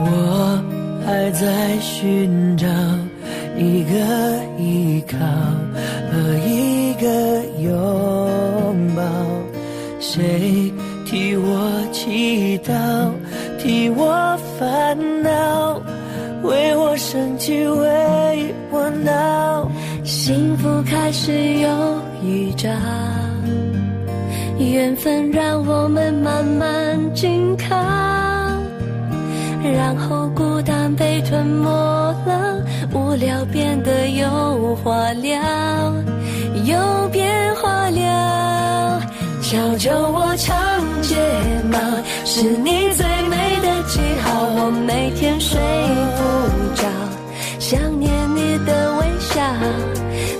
我还在寻找一个依靠和一个拥抱，谁替我祈祷，替我烦恼，为我生气，为我闹。幸福开始有预兆，缘分让我们慢慢紧靠，然后孤单被吞没了，无聊变得有话聊，有变化了。小酒窝长睫毛是你最美的记号，我每天睡不着，想念你的微笑，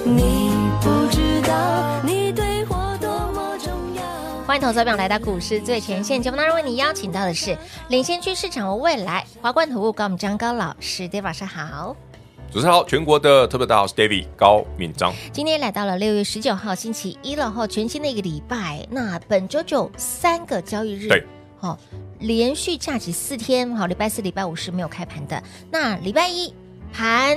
你不知道你对我多么重要。欢迎投资朋友来到股市最前线节目当中，为你邀请到的是领先趋势、掌握未来华冠投顾高敏章高老师，大家晚上好。主持人好，全国的特别大号是 David 高敏章，今天来到了六月十九号星期一了哈，全新的一个礼拜。那本周就有三个交易日，对，好、连续假期四天，好，礼拜四、礼拜五是没有开盘的。那礼拜一盘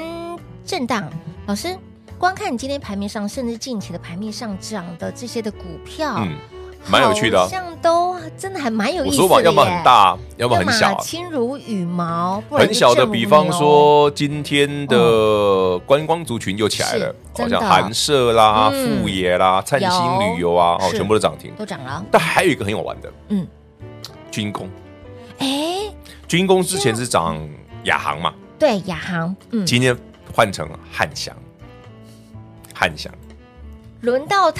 震荡，老师光看你今天盘面上，甚至近期的盘面上涨的这些的股票，嗯，蛮有趣的啊好像都真的还蛮有意我思的耶。手法要么很大，要么很小啊，轻如羽毛，不然很就小的，正如比方牛说今天的观光族群又起来了，嗯是真好的啊像韩舍啦、嗯富野啦、灿星旅游啊，有哦，是全部都涨停。都涨了，但还有一个很有玩的，嗯，军工，哎，军工之前是涨亚航嘛，对，亚航，嗯，今天换成汉翔，汉翔，轮到哎，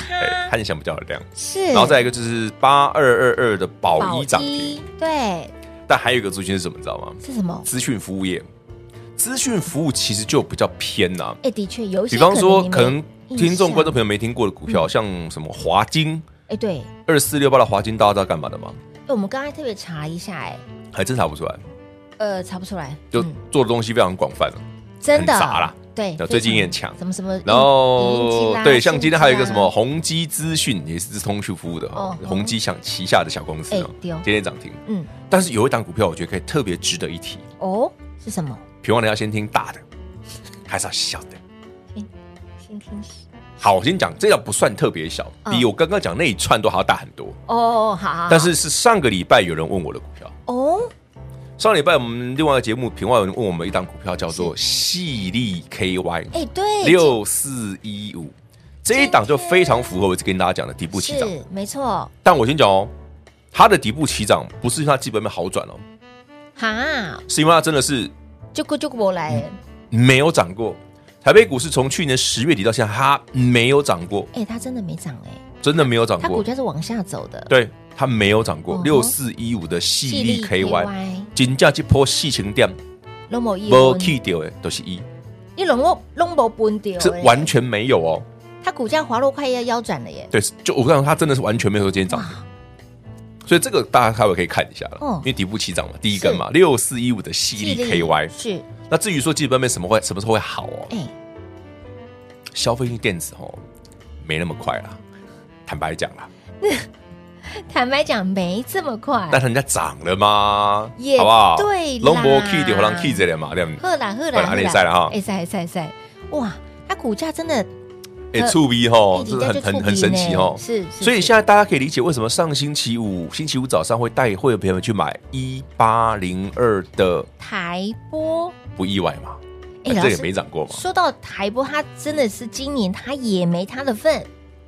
它汉翔比较有量。是，哎然后再一个就是八二二二的宝一涨停，一，对，但还有一个族群是什么，你知道吗？是什么？资讯服务业，资讯服务其实就比较偏呐、哎，的确有一些，比方说，可能印听众象嗯观众朋友没听过的股票，像什么华金哎，对，二四六八的华金，大家知道干嘛的吗？哎我们刚才特别查了一下，哎，还真查不出来，呃，查不出来，就嗯做的东西非常广泛了。真的很杂啦，对，那非最近常也很强什么什么影音机啦，然后对，像啊今天还有一个什么相机宏基资讯，也是通讯服务的哦哦，宏基想旗下的小公司哎哦对哦，今天涨停。啦，嗯，但是有一档股票，我觉得可以特别值得一提，哦，是什么？别忘了要先听大的，还是要小的。先听是好，我先讲，这个不算特别小，嗯比我刚刚讲那一串都还要大很多。哦，好好，好但是是上个礼拜有人问我的股票，哦，上礼拜我们另外一个节目平话有人问我们一档股票叫做细粒 KY 哎，对，六四一五，这一档就非常符合我一直跟大家讲的底部起涨。是没错，但我先讲哦，它的底部起涨不是因为它基本面好转哦，哈，是因为它真的是就过就过来，嗯没有涨过。台北股市从去年十月底到现在，它没有涨过，哎，它真的没涨哎，真的没有涨它股过。价是往下走的，对，它没有涨嗯过。哼六四一五的细粒 KY， KY 金价这波细情点，都无一无去掉的都是一。你拢我拢无分掉，哎是完，全没有哦。它股价滑落快要腰斩了耶。对，就我跟你讲，它真的是完全没有说今天涨停，所以这个大家稍微可以看一下了，嗯因为底部起涨嘛，第一根嘛，六四一五的犀犀利利 KY。是那至于说基本面什么会什么时候会好哦，哎消费性电子哦，没那么快啦。坦白讲啦，坦白讲没这么快。但是人家涨了嘛，哎也好不好？对啦龙博 key 的，让 key 这里嘛，对不对？赫啦赫好啦啦，安利赛了哈哎赛赛赛，哇，它股价真的哎，触逼吼，一直这是在很就很触很底神奇呢哦。是，是所以是现在大家可以理解为什么上星期五星期五早上会带会员朋友们去买一八零二的台波，不意外嘛？哎反老正也师没涨过嘛，说到台波，它真的是今年它也没它的份。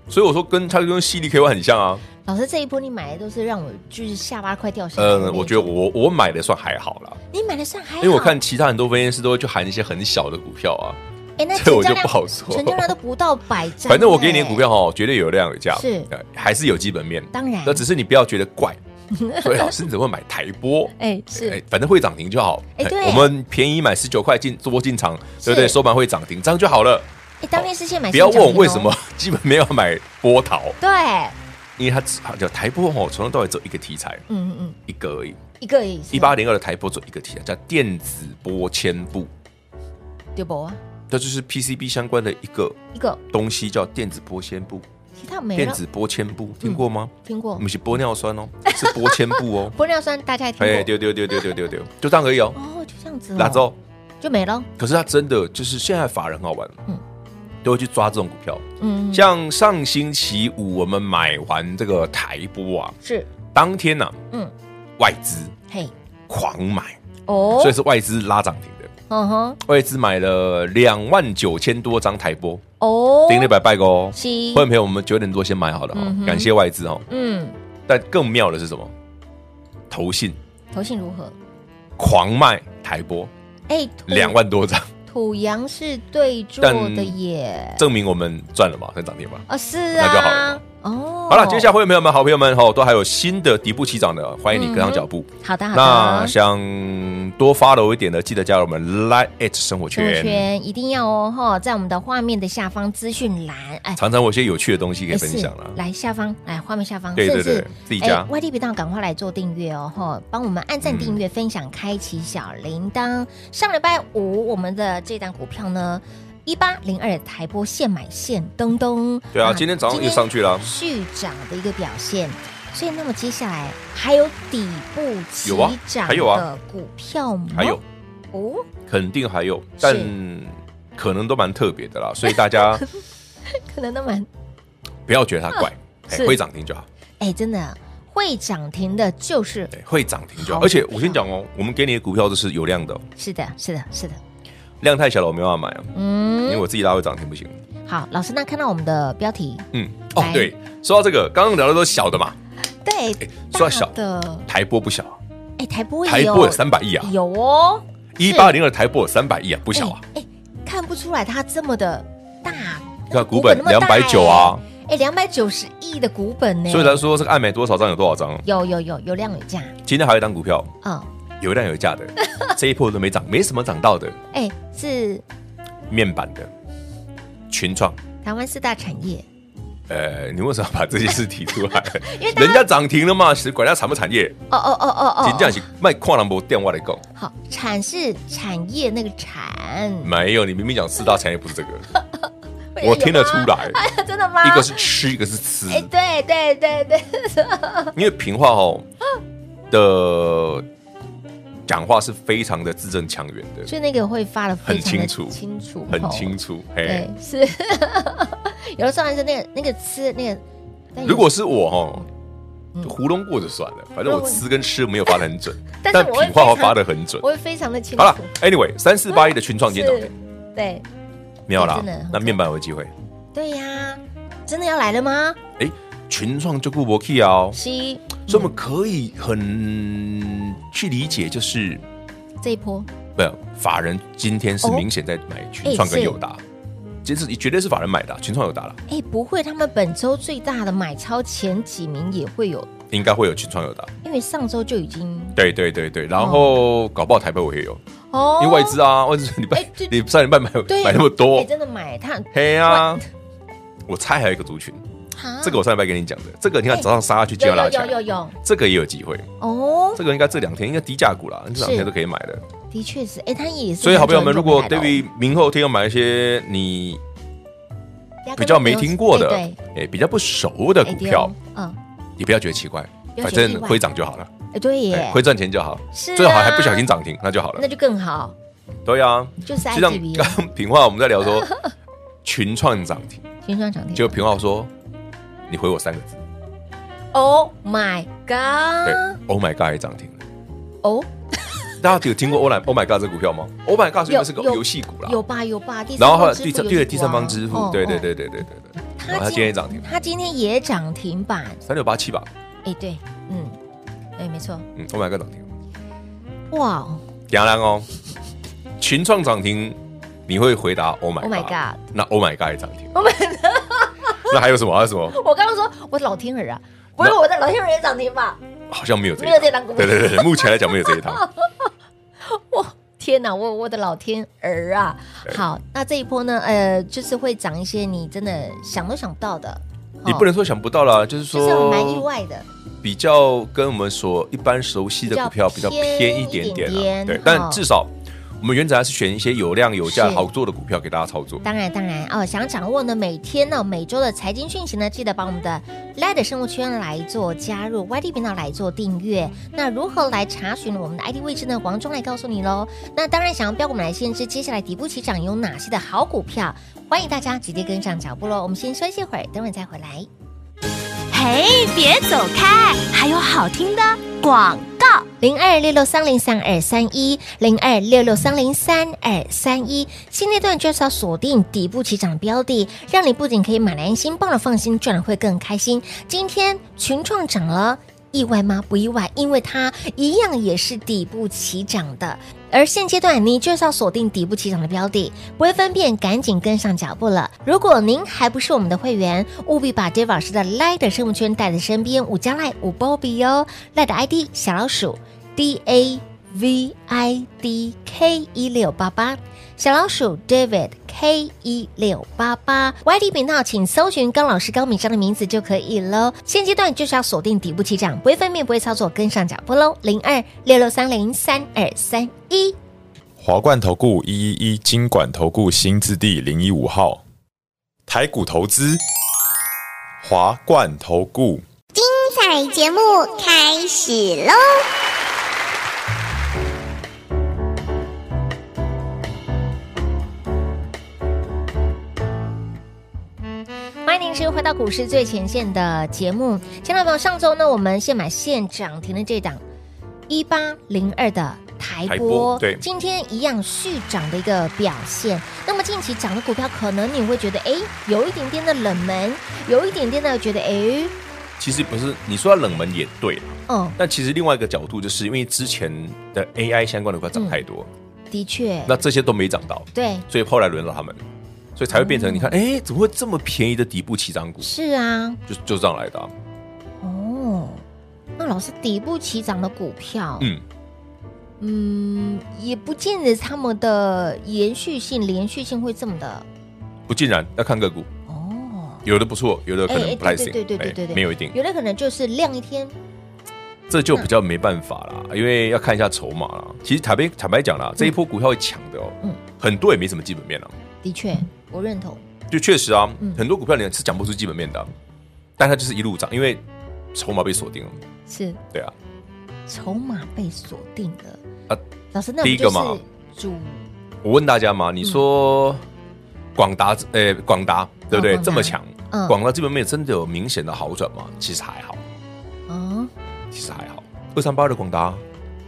所以我说跟它跟犀利 KY 很像啊。老师这一波你买的都是让我就是下巴快掉下来的那呃，种。我觉得我我买的算还好啦，你买的算还好，因为我看其他很多分析师都会去喊一些很小的股票啊，哎，那 这我成交就量不好说成交量都不到百张，反正我给你哎的股，票哦，绝对有量有价，是呃还是有基本面。当然那只是你不要觉得 怪，所以老师你怎么会买台波？哎是，反正会涨停就好。哎对我们便宜买十九块进多进场，对是不对？收盘会涨停，这样就好了。哎，当天是现买，不要问我为什么，基本没有买波涛，哦对，因为它只它叫台波哦，从头到尾只有一个题材，嗯嗯嗯，一个而已。一个也是一八零二的台波只有一个题材，叫电子波纤布，对不啊？这就是 PCB 相关的一个一个东西，叫电子波纤布。其他没电了，子波纤布听过吗？听过。不是玻尿酸哦，是玻纤布哦 玻尿酸大概听哎，过，丢丢丢丢丢丢丢，就这样而已哦。哦，就这样子哦，拿走。就没了，可是它真的就是现在法人很好玩，嗯都会去抓这种股票。嗯，像上星期五我们买完这个台波啊，是，当天呢、嗯，外资嘿，狂买，哦，所以是外资拉涨停的。嗯哼，外资买了两万九千多张台波，哦，顶礼拜拜哦。是会员朋友，我们九点多先买好了嗯哦哼，感谢外资哦。嗯，但更妙的是什么？投信投信如何？狂卖台波哎，两万多张，土洋是对坐但的耶，证明我们赚了嘛，在涨停嘛。哦，是那就好啊了，哦，好了，接下来会员朋友们、好朋友们吼，都还有新的底部起涨的，欢迎你跟上脚步。好的好那的，想多 follow 一点的，记得加入我们 Line at 生活生活圈。圈一定要哦哈，在我们的画面的下方资讯栏，哎，常常我有一些有趣的东西可以也分享了。来下方，来画面下方，对甚对至对自己加哎 YT 频道赶快来做订阅哦，吼，帮我们按赞、订阅、分享、开启小铃铛。上礼拜五我们的这档股票呢，一八零二台波现买现登登，对啊今天早上又上去哦了续涨的一个表现。所以，那么接下来还有底部起有啊涨还有的啊股票吗？还有，哦，肯定还有，但可能都蛮特别的啦，所以大 家可能都蛮不要觉得 它怪，哎是会涨停就好，哎，真的会涨停的，就是对，会涨停就好好。而且我先讲哦，我们给你的股票都是有量的哦，是的，是的，是的，量太小了我没办法买啊，因为嗯，我自己拉会涨停不行。好，老师，那看到我们的标题，嗯，哦来对，说到这个，刚刚聊的都是小的嘛，对，说到哎小哎大的，台波不小啊，哎，台波台也有波有三百亿啊，有哦，一八零二台波有三百亿啊，不小啊。哎，哎看不出来它这么的大，你看股本那么大290啊，哎，两百九十亿的股本呢，所以来说，这个爱买多少张有多少张。有有有有量有价，今天还有一档股票，嗯，有量有 价的，这一波都没涨，没什么涨到的，哎，是面板的群创。台湾四大产业，呃，你为什么要把这些事提出来？ 因为大家 人家涨停了嘛，是管它产不产业，哦哦哦哦人家哦，是卖矿兰博电话来购。好，产是产业那个产，没有，你明明讲四大产业不 是这个，会我有听得吗出 来，哎呀，真的吗？一个是吃，一个是吃。哎，对对对对，因为平话哦的讲话是非常的字正腔圆的，所以那个会发的非常的很清楚清楚，很清。楚。嘿哦对，，是 有的时候还是那个那个吃那个，但有如果是我哦，嗯就糊弄过就算了，反正我吃跟吃没有发的很准， 但但是我会平话非常我发的很准我。会非常的清楚好。了，Anyway，三四八一的群创电脑是，对没有啦真的很，那面板有机会。对呀，真的要来了吗？哎，群创就顾博 key 啊哦，西所以我们可以很去理解，就是这一波不有法人今天是明显在买群创哎跟哦是友达，其实绝对是法人买的啊，群创友达了，哎，不会，他们本周最大的买超前几名也会有，应该会有群创友达。因为上周就已经对对对对，然后搞不好台北我也有，哦因为外资哦啊，外资礼哎拜对 你上礼拜买对买那么哎多，真的买它嘿啊！我猜还有一个族群，哈这个我上礼拜跟你讲的，这个你看早上杀下去就有要拉有起有有来，有这个也有机会，哦，这个应该这两天应该低价股啦，这两是啊天都可以买的。的确是，哎，它也是很久很久没来了哦。所以好朋友们，如果 David 明后天要买一些你压根都有比较没听过的哎，诶比较不熟的对股哎票，，对哦嗯，也不要觉得奇怪，不要反觉得意外正会涨就好了，哎对诶耶，会赚钱就好，是啊最好还不小心涨停那就好那了。就更好，对啊，就是就像 IGB 刚刚平话我们在聊 说群创涨停，新创涨停。结果平话说你回我三个字， Oh my 对 god！ ，Oh my God 也涨停了。哦，大家有听过 Oh my Oh my God 这股票吗？Oh my God 是因为是个有有游戏股啦，有吧有吧，第三然后后来方支第付三有对几第股啊三方支付哦，对对哦对对对对对，然后它它今天也涨停了，它今天也涨停板，三六八七吧，哎对，嗯，哎没错，嗯，Oh my God 涨停了。哇哦， 杨澜哦，群创涨停，你你会回答 Oh my Oh my God 那 Oh my God 也涨停，Oh my God，那 还有什么？还有什么？我刚刚说，我老天儿啊，不是我的老天儿也涨停吧？好像没有这一没有这档股票对对对，对目前来讲没有这一档。哇，天哪，我我的老天儿啊！好，那这一波呢，呃，就是会涨一些你真的想都想不到的，你哦不能说想不到啦，就是就是蛮意说外的，比较跟我们所一般熟悉的股票比比较较偏偏一点一点点点啊。对哦，但至少我们原则还是选一些有量有价是好做的股票给大家操作。当然，当然哦，想掌握呢每天呢、每周的财经讯息呢，记得把我们的 Light 生活圈来做加入，YT 频道来做订阅。那如何来查询我们的 ID 位置呢？王中来告诉你喽。那当然，想要标股买来先知，接下来底部起涨有哪些的好股票？欢迎大家直接跟上脚步喽。我们先休息一会儿，等会儿再回来。嘿，别走开，还有好听的广告。零二六六三零三二三一，零二六六三零三二三一。现阶段就是要锁定底部起涨标的，让你不仅可以买来安心，抱了放心，赚了会更开心。今天群创涨了。意外吗？不意外，因为它一样也是底部起涨的。而现阶段，你就是要锁定底部起涨的标的，不会分辨，赶紧跟上脚步了。如果您还不是我们的会员，务必把 Dave 老师的 Light 的生物圈带在身边，五加 Light 五 Bobby 哦，Light 的 ID 小老鼠 D A V I D K 一六八八，小老鼠 David K 一六八八，YT 频道请搜寻高老师高敏章的名字就可以喽。现阶段就是要锁定底部起涨，不会分辨，不会操作，跟上脚步喽。零二六六三零三二三一。华冠投顾一一一金管投顾新字第零一五号，台股投资，华冠投顾。彩节目开始喽！欢迎您持续回到股市最前线的节目，亲爱的朋友，上周呢，我们现买现涨停的这档一八零二的台台波，波对今天一样续涨的一个表现。那么近期涨的股票，可能你会觉得，哎，有一点点的冷门，有一点点的觉得，哎，其实不是你说它冷门也对，哦，但其实另外一个角度，就是因为之前的 AI 相关的股票涨太多，的确，那这些都没涨到，对，所以后来轮到他们，所以才会变嗯成你看，哎、怎么会这么便宜的底部起涨股？是啊，就就这样来的、啊，哦，那老师底部起涨的股票，嗯，嗯，也不见得他们的延续性、连续性会这么的，不尽然要看个股，哦。有的不错，有的可能不太行，对对对对对哎对，没有一定，有的可能就是亮一天，这就比较没办法啦，嗯因为要看一下筹码啦。其实坦白坦白讲啦，这一波股票会抢的哦，嗯很多也没什么基本面啦，的确我认同，就确实啊，嗯很多股票你是讲不出基本面的啊、但它就是一路涨，因为筹码被锁定了，是对啊，筹码被锁定了。啊老师，那第一个嘛我们就是主我问大家嘛，嗯你说广达，呃，广达对不对？广达这么强嗯，广达基本面真的有明显的好转吗？其实还好，啊，其实还好。二三八的广达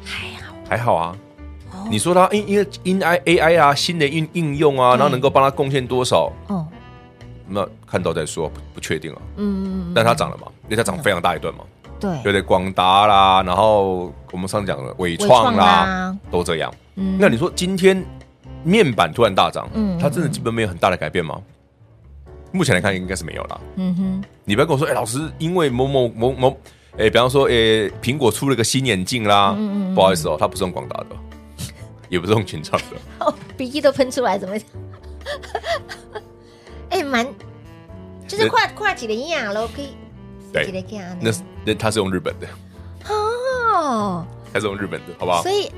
还好哦还好啊。你说它因因为因 I A I 啊，新的应应用啊，对然后能够帮它贡献多少？哦，那看到再说，不不确定啊。嗯，但它涨了嘛，因为它涨非常大一段嘛，对对不，对？广达啦，然后我们上次讲的伟伟创创啦啦，都这样。嗯那你说今天面板突然大涨嗯，它真的基本没有很大的改变吗？目前来看应该是没有啦。嗯哼，你不要跟我说，哎、老师，因为某某某某，哎、比方说，哎、苹果出了个新眼镜啦，嗯嗯嗯不好意思哦，它不是用广达的，也不是用群创的，哦，鼻涕都喷出来，怎么？ 哎，蛮，就是那跨跨几年呀，然后可以对几年干啊？那是那它是用日本的，哦，它是用日本的，好不好所？以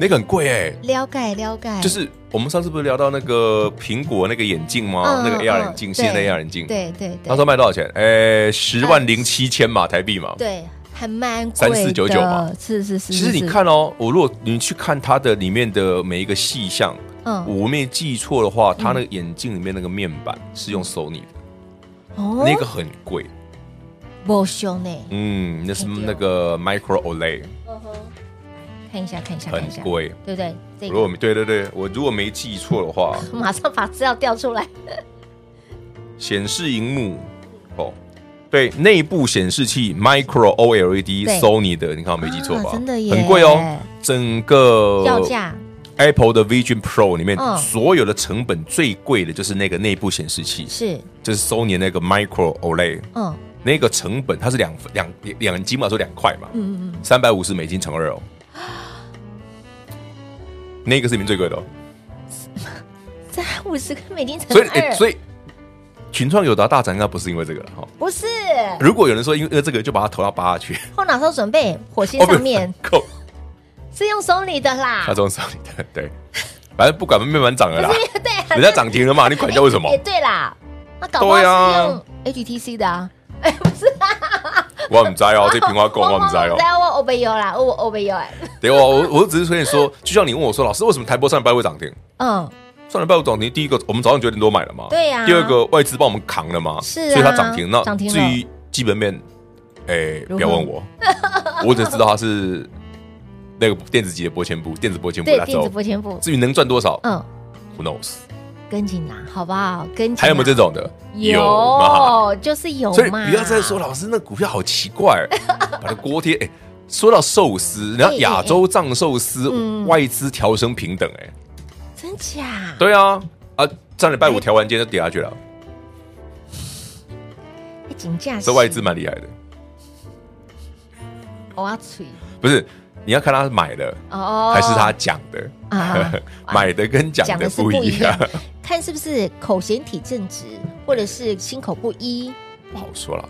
那个很贵哎、了解了解，就是我们上次不是聊到那个苹果那个眼镜吗？嗯哦那个嗯 AR 嗯眼镜，对新的 AR 眼镜，对对对，他说卖多少钱？哎，十万零七千嘛，台币嘛。对，还蛮贵的， 3499嘛是是是，其是实你，看哦，我如果你去看它的里面的每一个细项，是嗯，我没记错的话，它那个眼镜里面那个面板是用 Sony 的，哦那个很贵，不凶呢，嗯，那是哎对哦那个 Micro OLED 看一下看一下看很一下，贵。对不对？这如果个没对对对，我如果没记错的话，马上把资料调出来，显示荧幕哦，对，内部显示器 Micro E OLED 对 Sony 的，你看我没记错吧啊？真的耶很贵哦，整个要价 Apple 的 Vision Pro 里面嗯所有的成本最贵的就是那个内部显示器，是，就是 Sony 的那个 Micro E OLED 嗯，那个成本，它是两两两斤嘛，说两块嘛，嗯嗯嗯，三百五十美金乘 二哦，那个是里面最贵的、哦，在五十个美金乘所以、二，诶所以群创友达大涨应该不是因为这个了哈。不是，如果有人说因为这个就把它投到 八下去，后脑勺准备火星 哦不上面够，是用 Sony 的啦他，中手里的 对，反正不管慢慢涨了啦， 对啊，人家涨停 了嘛，你管人家为什么也？哎对啦，那搞不好对啊是用 HTC 的啊，我很栽哦，这平花够，我很栽哦 我。在我欧贝有啦，我欧贝有哎，对，我我我只是跟你说，就像你问我说，老师为什么台波上礼拜会涨停？嗯，上礼拜五涨停，第一个我们早上九点多买了嘛，对呀第二个外资帮我们扛了嘛，是啊所以它涨停。那涨停了至于基本面，哎，如何不要问我， 我只知道它是那个电子级的波前部，电子波前部对那，电子周。波前部，至于能赚多少嗯， ，Who knows？跟紧啦，好不好？跟紧啦，还有没有这种的？嘛有，就是有所以嘛，不要再说老师那股票好奇 怪，把它锅贴。哎，说到寿司，人家哎哎亚洲藏寿司嗯外资调升平等，哎，真假？对啊，啊，上礼拜五调完，今天就跌下去了，哎，紧价这外资蛮厉害的。我要吹不是，你要看他买的哦，哦还是他讲的，啊买的跟 讲讲的的是不不一一样样，，看是不是口嫌体正直，或者是心口不一不好说了。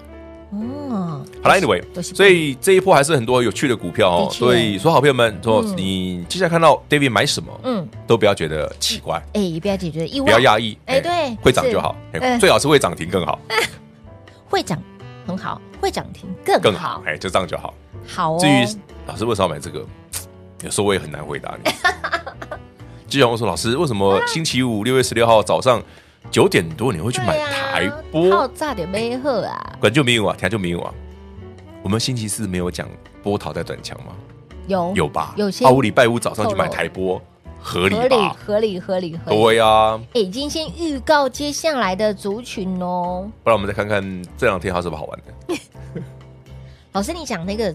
哦。好了，anyway，都是所以这一波还是很多有趣的股票哦的。确所以，所有好朋友们，说嗯你接下来看到 David 买什么，嗯，都不要觉得奇怪，哎，也不要解决意外，不要压抑，哎对会涨就好，是哎嗯最好是会涨停更好，会涨很好，会涨停更更好好，，哎，就这样就好。好哦。至于老师为什么要买这个，有时候我也很难回答 你。就像我说，老师为什啊么星期五六月十六号早上九点多你会去买对啊台波？靠炸点杯喝啊，管就没有啊，调就没有啊。我们星期四没有讲波涛在转强吗？有有吧？哦有些啊，我礼拜五早上去买台波，合理合理吧？合理合理合理，对呀、啊，哎已经先预告接下来的族群哦。不然我们再看看这两天还有什么好玩的？老师，你讲那个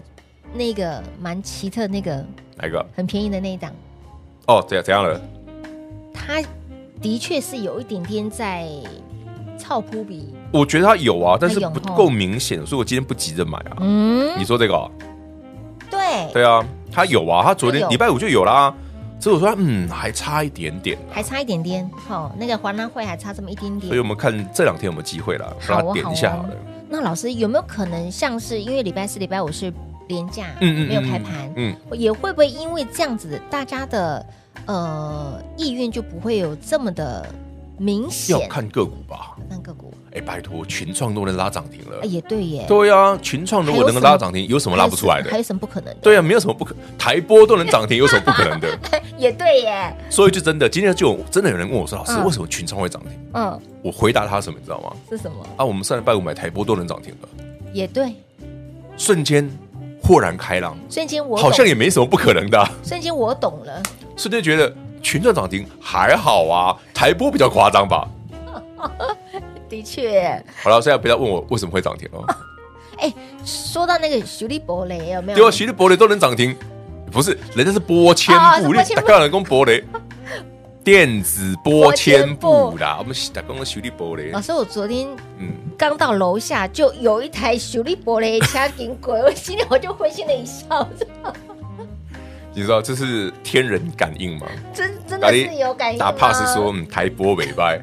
那个蛮奇特那个哪一个？很便宜的那一档，哦，怎样怎样了？它的确是有一点点在操扑鼻，我觉得它有啊，但是它有不哦够明显，所以我今天不急着买啊。嗯，你说这个、哦？对，对啊，它有啊，它昨它天有礼拜五就有啦。所以我说，嗯，还差一点点啊，还差一点点，好、那个华南会还差这么一点所以点我。们看这两天有没有机会啦，好让哦它点一下好哦好了。那老师有没有可能像是因为礼拜四、礼拜五是连假，嗯嗯，嗯没有开盘，嗯，也会不会因为这样子，大家的呃意愿就不会有这么的明显要？看个股吧。那个股，哎，拜托，群创都能拉涨停了哎，，也对耶，对啊，群创如果能够拉涨停，有什么拉不出来还的？有什么不可能的？对啊，没有什么不可，台波都能涨停，有什么不可能的？也对耶，说一句真的，今天就有真的有人问我说，老师嗯为什么群创会涨停？嗯，我回答他什么，你知道吗？是什么？啊，我们上礼拜五买台波都能涨停了，也对，瞬间豁然开朗，瞬间我懂好像也没什么不可能的啊，瞬间我懂了，瞬间觉得群创涨停还好啊，台波比较夸张吧。的确。好了，现在不要问我为什么会涨停哦了。哎说到那个徐立博雷有没有？对啊，徐立博雷都能涨停，不是人家是波千哦是步，波你千打步个人工 博雷，电子波千步啦，我们打工的徐立博雷老，师，我昨天嗯，刚到楼下就有一台徐立博雷掐紧鬼， 我心里我就会心的一笑，你知道这是天人感应吗？真真打的你是有感应吗。啊打 pass 说，嗯，台波尾拜，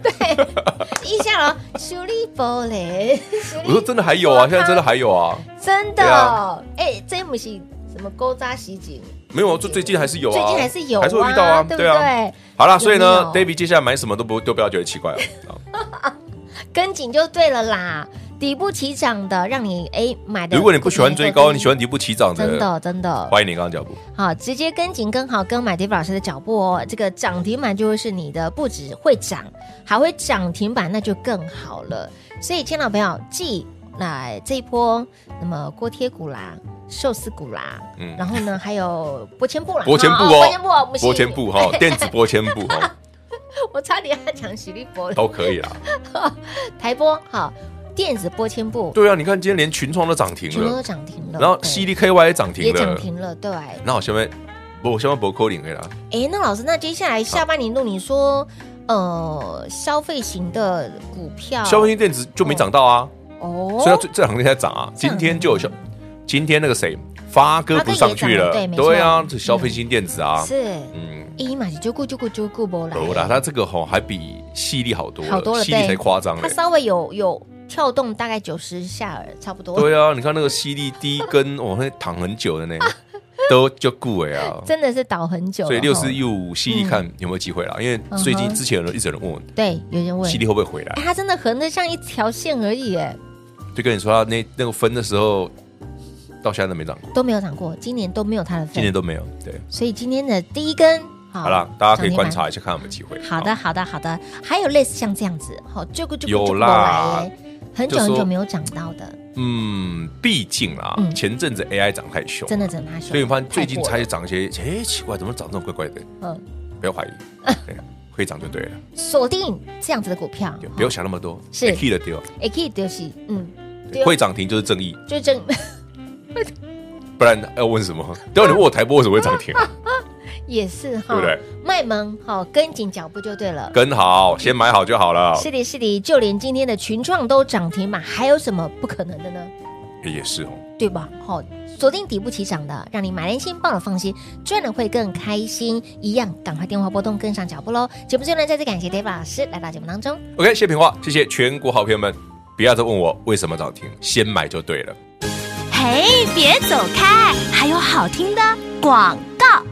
一下了，徐立博雷，我说真的还有啊，哇现在真的还有啊， 真对的啊，哎，这不是什么勾扎袭警，没有啊，就最近还是有啊，最近还是有啊，还是会遇到啊，对不对啊。对？好啦，所以呢有没有，David 接下来买什么都不都不要觉得奇 怪了。啊跟紧就对了啦，底部起涨的，让你哎买的。嗯如果你不喜欢追高，你喜欢欢底部起涨真的，的真的欢迎你刚刚脚步。好，直接跟紧跟好跟买 David 老师的脚步哦。这个涨停板就会是你的，不止会涨，还会涨停板，那就更好了。所以，亲爱的朋友，继来这一波，那么锅贴股啦。寿司股啦，嗯然后呢，还有波千布啦，波千布波千布哦哦，，不是波千，布哈，电子波千布哈， 我差点要讲徐立波了，都可以啦。台波好，电子波千布，对啊，你看今天连群创都涨停全部都了，涨停了，然后对 CDKY 也涨也停涨了，停了，对，那我前面不，我千万不扣零的啦。哎，那老师，那接下来下半年度你说，呃，消费型的股票，消费性电子就没涨到啊，哦所以，它这这两天才涨啊。这两今天天就有消，今天那个谁，发哥发哥不上去也了涨了对，没错嗯对啊，这消费性电子啊，是嗯，一嘛是就顾就顾就顾不来，有啦，它这个吼还比细粒好多好多了，细粒对，才夸张它嘞。稍微有有跳动，大概九十下耳差不多，对啊，你看那个细粒第一 根，哦，那躺很久的呢，都就固哎啊。 真的是倒很久了，所以六四哦一五细粒看有没有机会啦，因为最近之前有人一直有人问我，对，有人问细，粒会不会回哎，来？它真的横的像一条线而已，哎，就跟你说，它啊那那个分的时候，到现在都没涨过，都没有涨过，今年都没有它的份，今年都没有。对，所以今天的第一根，好好啦，大家可涨以停板观察一下，看有没有机会。好的，好，好的，好的，还有类似像这样子，好，这个就有啦，就过来耶很久就说很久没有涨到的，嗯，毕竟啦嗯，前阵子 AI 涨太凶，真的真的它熊。啊所以你发现最近太过才了涨一些，哎，奇怪，怎么涨这么怪怪的？嗯，不要 怀疑，对会涨就对了，锁定这样子的股票对，不要想那么多，哎是 key 的丢，也可以就是嗯，对会涨停就是正义，就正不然要问什么？ 对啊，你问我台波为什么会涨停？ 啊 也是哈，对不对？卖萌好，跟紧脚步就对了。跟好，先买好就好了。是的，是的，就连今天的群创都涨停嘛，还有什么不可能的呢？也是哦，对吧？好、锁定底部起涨的，让你买安心，抱了放心，赚了会更开心。一样，赶快电话拨通，跟上脚步喽！节目最后呢，再次感谢 David 老师来到节目当中。 OK，谢平话，谢谢全国好朋友们，不要再问我为什么涨停，先买就对了。嘿，别走开，还有好听的广告。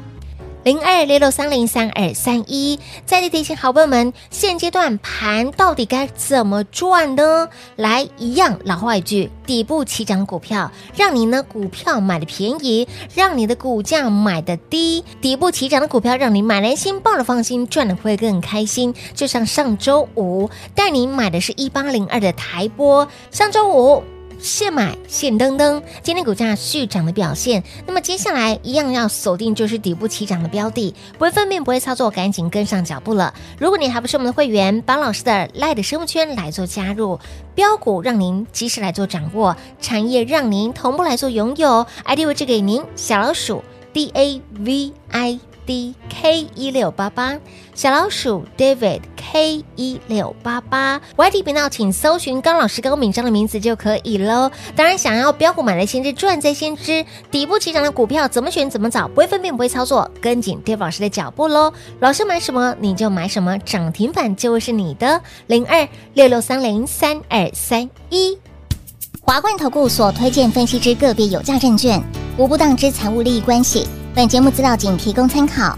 零二六六三零三二三一，再次提醒好朋友们，现阶段盘到底该怎么赚呢？来，一样老话一句，底部起涨股票，让你呢股票买的便宜，让你的股价买的低。底部起涨的股票，让你买来心，抱了放心，赚的会更开心。就像上周五带你买的是一八零二的台波，上周五现买现登登，今天股价续涨的表现。那么接下来一样要锁定就是底部起涨的标的，不会分辨，不会操作，赶紧跟上脚步了。如果你还不是我们的会员，把老师的赖的生物圈来做加入，标股让您及时来做掌握，产业让您同步来做拥有。ID 位置给您小老鼠 D A V I。D K 一六八八，小老鼠 David K 一六八八，YT 频道请搜寻高老师高敏章的名字就可以喽。当然，想要标股买来先知，赚在先知，底部起涨的股票怎么选怎么找，不会分辨不会操作，跟紧 David 老师的脚步喽。老师买什么你就买什么，涨停板就会是你的。零二六六三零三二三一。华冠投顾所推荐分析之个别有价证券，无不当之财务利益关系。本节目资料仅提供参考，